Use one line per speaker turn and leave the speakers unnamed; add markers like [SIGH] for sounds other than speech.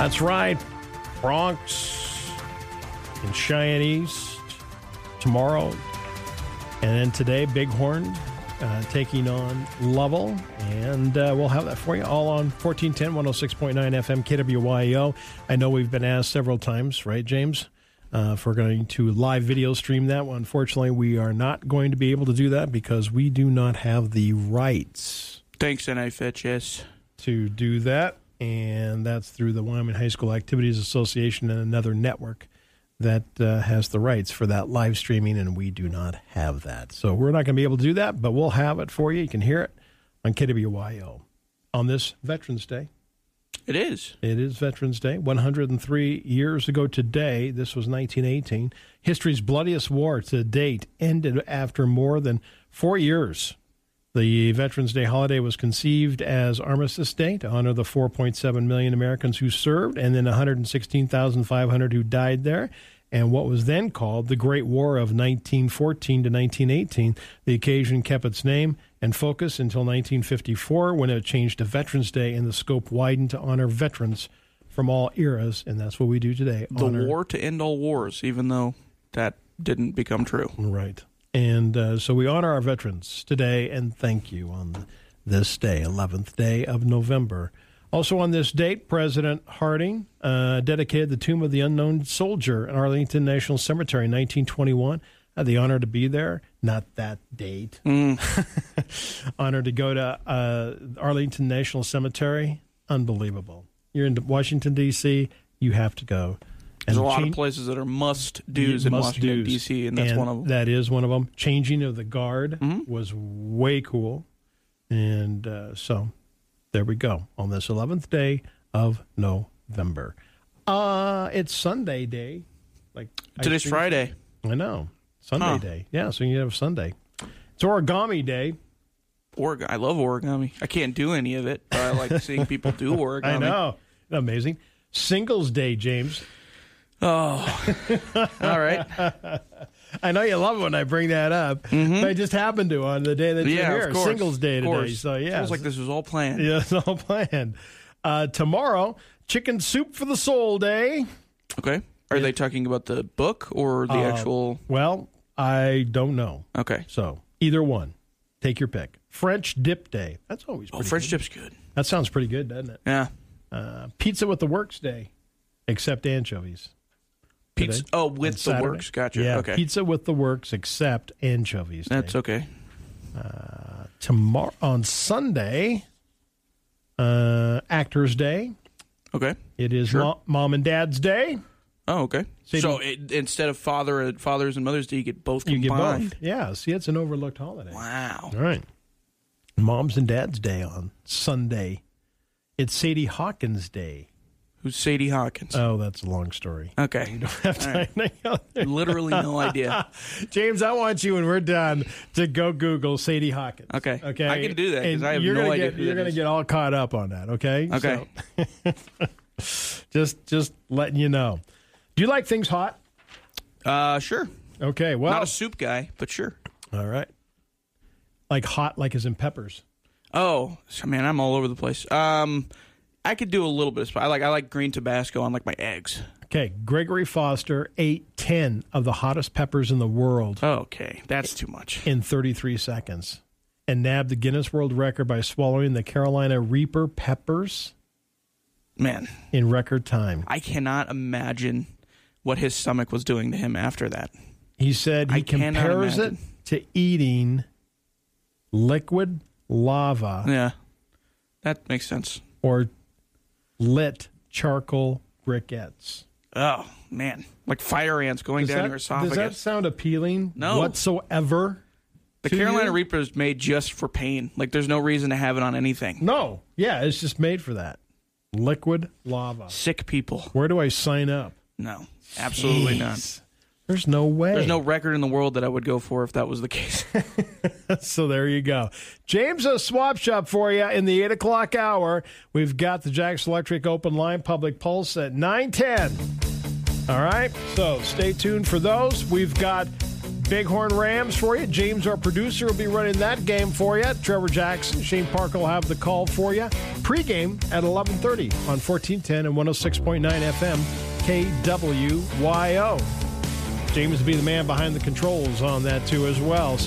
That's right. Bronx and Cheyenne East tomorrow. And then today, Bighorn uh, taking on Lovell. And uh, we'll have that for you all on 1410 106.9 FM KWYO. E I know we've been asked several times, right, James? Uh, if we're going to live video stream that one, unfortunately, we are not going to be able to do that because we do not have the rights
Thanks, NFHS.
to do that, and that's through the Wyoming High School Activities Association and another network that uh, has the rights for that live streaming, and we do not have that. So we're not going to be able to do that, but we'll have it for you. You can hear it on KWYO on this Veterans Day.
It is.
It is Veterans Day. 103 years ago today, this was 1918, history's bloodiest war to date ended after more than four years. The Veterans Day holiday was conceived as Armistice Day to honor the 4.7 million Americans who served and then 116,500 who died there. And what was then called the Great War of 1914 to 1918. The occasion kept its name and focus until 1954 when it changed to Veterans Day and the scope widened to honor veterans from all eras. And that's what we do today.
The
honor-
war to end all wars, even though that didn't become true.
Right. And uh, so we honor our veterans today and thank you on this day, 11th day of November. Also on this date, President Harding uh, dedicated the Tomb of the Unknown Soldier in Arlington National Cemetery in 1921. I had the honor to be there, not that date.
Mm.
[LAUGHS] honor to go to uh, Arlington National Cemetery. Unbelievable. You're in Washington, D.C., you have to go.
There's a lot
change-
of places that are must do's in
must
Washington,
do's.
D.C., and that's one of Mm-hmm. them.
That is one of them. Changing of the guard was way cool, and uh, so there we go on this eleventh day of November. Uh it's Sunday day. Like I
Today's
think-
Friday.
I know Sunday
Huh.
day. Yeah, so you have Sunday. It's origami day.
Oregon. I love origami. I can't do any of it, but
[LAUGHS]
I like seeing people do origami.
I know. Amazing. Singles day, James.
Oh, all
[LAUGHS]
right.
I know you love it when I bring that up, but I just happened to on the day that
Mm-hmm. Yeah,
you're here.
of course.
Singles day
of
today.
course.
So yeah,
feels like this was all planned.
[LAUGHS] Yeah, it's all planned. Uh, tomorrow, Chicken Soup for the Soul Day.
Okay. Are they talking about the book or the
Uh,
actual?
Well, I don't know.
Okay.
So either one, take your pick. French Dip Day. That's always
Oh,
pretty
French
good.
dip's good.
That sounds pretty good, doesn't it?
Yeah.
Uh, pizza with the Works Day, except anchovies.
Pizza. Oh, with
On
the
Saturday.
works. Gotcha.
Yeah,
okay.
Pizza with the Works, except anchovies. Day.
That's okay.
tomorrow on Sunday. Uh, Actors Day.
Okay.
It is
Sure.
Mo- Mom and Dad's Day.
Oh, okay.
So you
So, it, instead of father, uh, fathers and mothers, do you get both
You get
combined?
both. Yeah. See, it's an overlooked holiday.
Wow.
All right. Mom's and Dad's Day on Sunday. It's Sadie Hawkins Day.
Who's Sadie Hawkins?
Oh, that's a long story. [LAUGHS]
okay. Literally
[LAUGHS]
no idea.
James, I want you when we're done to go Google Sadie Hawkins.
Okay.
Okay.
I can do that, 'cause
And
I have
you're
no
gonna
idea
Get,
who
you're
that
gonna
is.
get all caught up on that. Okay.
Okay.
So, [LAUGHS] just just letting you know. Do you like things hot?
Uh, sure.
Okay. Well.
Not a soup guy, but sure.
all right. Like hot, like as in peppers.
Oh so, man, I'm all over the place. Um, I could do a little bit of spice. I like I like green Tabasco on like my eggs.
Okay, Gregory Foster ate 10 of the hottest peppers in the world
Okay, that's too much.
in 33 seconds and nabbed the Guinness World Record by swallowing the Carolina Reaper peppers
Man,
in record time.
I cannot imagine what his stomach was doing to him after that.
He said he
I cannot
compares it
imagine.
to eating liquid lava
Yeah, that makes sense.
or lit charcoal briquettes.
Oh man, like fire ants going down your
Does that,
esophagus.
does that sound appealing
No.
whatsoever?
the
to
Carolina
you?
Reaper is made just for pain. Like there's no reason to have it on anything.
No. Yeah, it's just made for that. Liquid lava.
Sick people.
Where do I sign up?
No, absolutely not.
Jeez. There's no way.
There's no record in the world that I would go for if that was the case.
[LAUGHS] so there you go. James, a swap shop for you in the eight o'clock hour. We've got the Jack's Electric Open Line Public Pulse at nine ten. All right. So stay tuned for those. We've got Bighorn Rams for you. James, our producer, will be running that game for you. Trevor Jackson, Shane Parker will have the call for you. Pregame at 11:30 on 1410 and 106.9 FM KWYO. James will be the man behind the controls on that too as well. So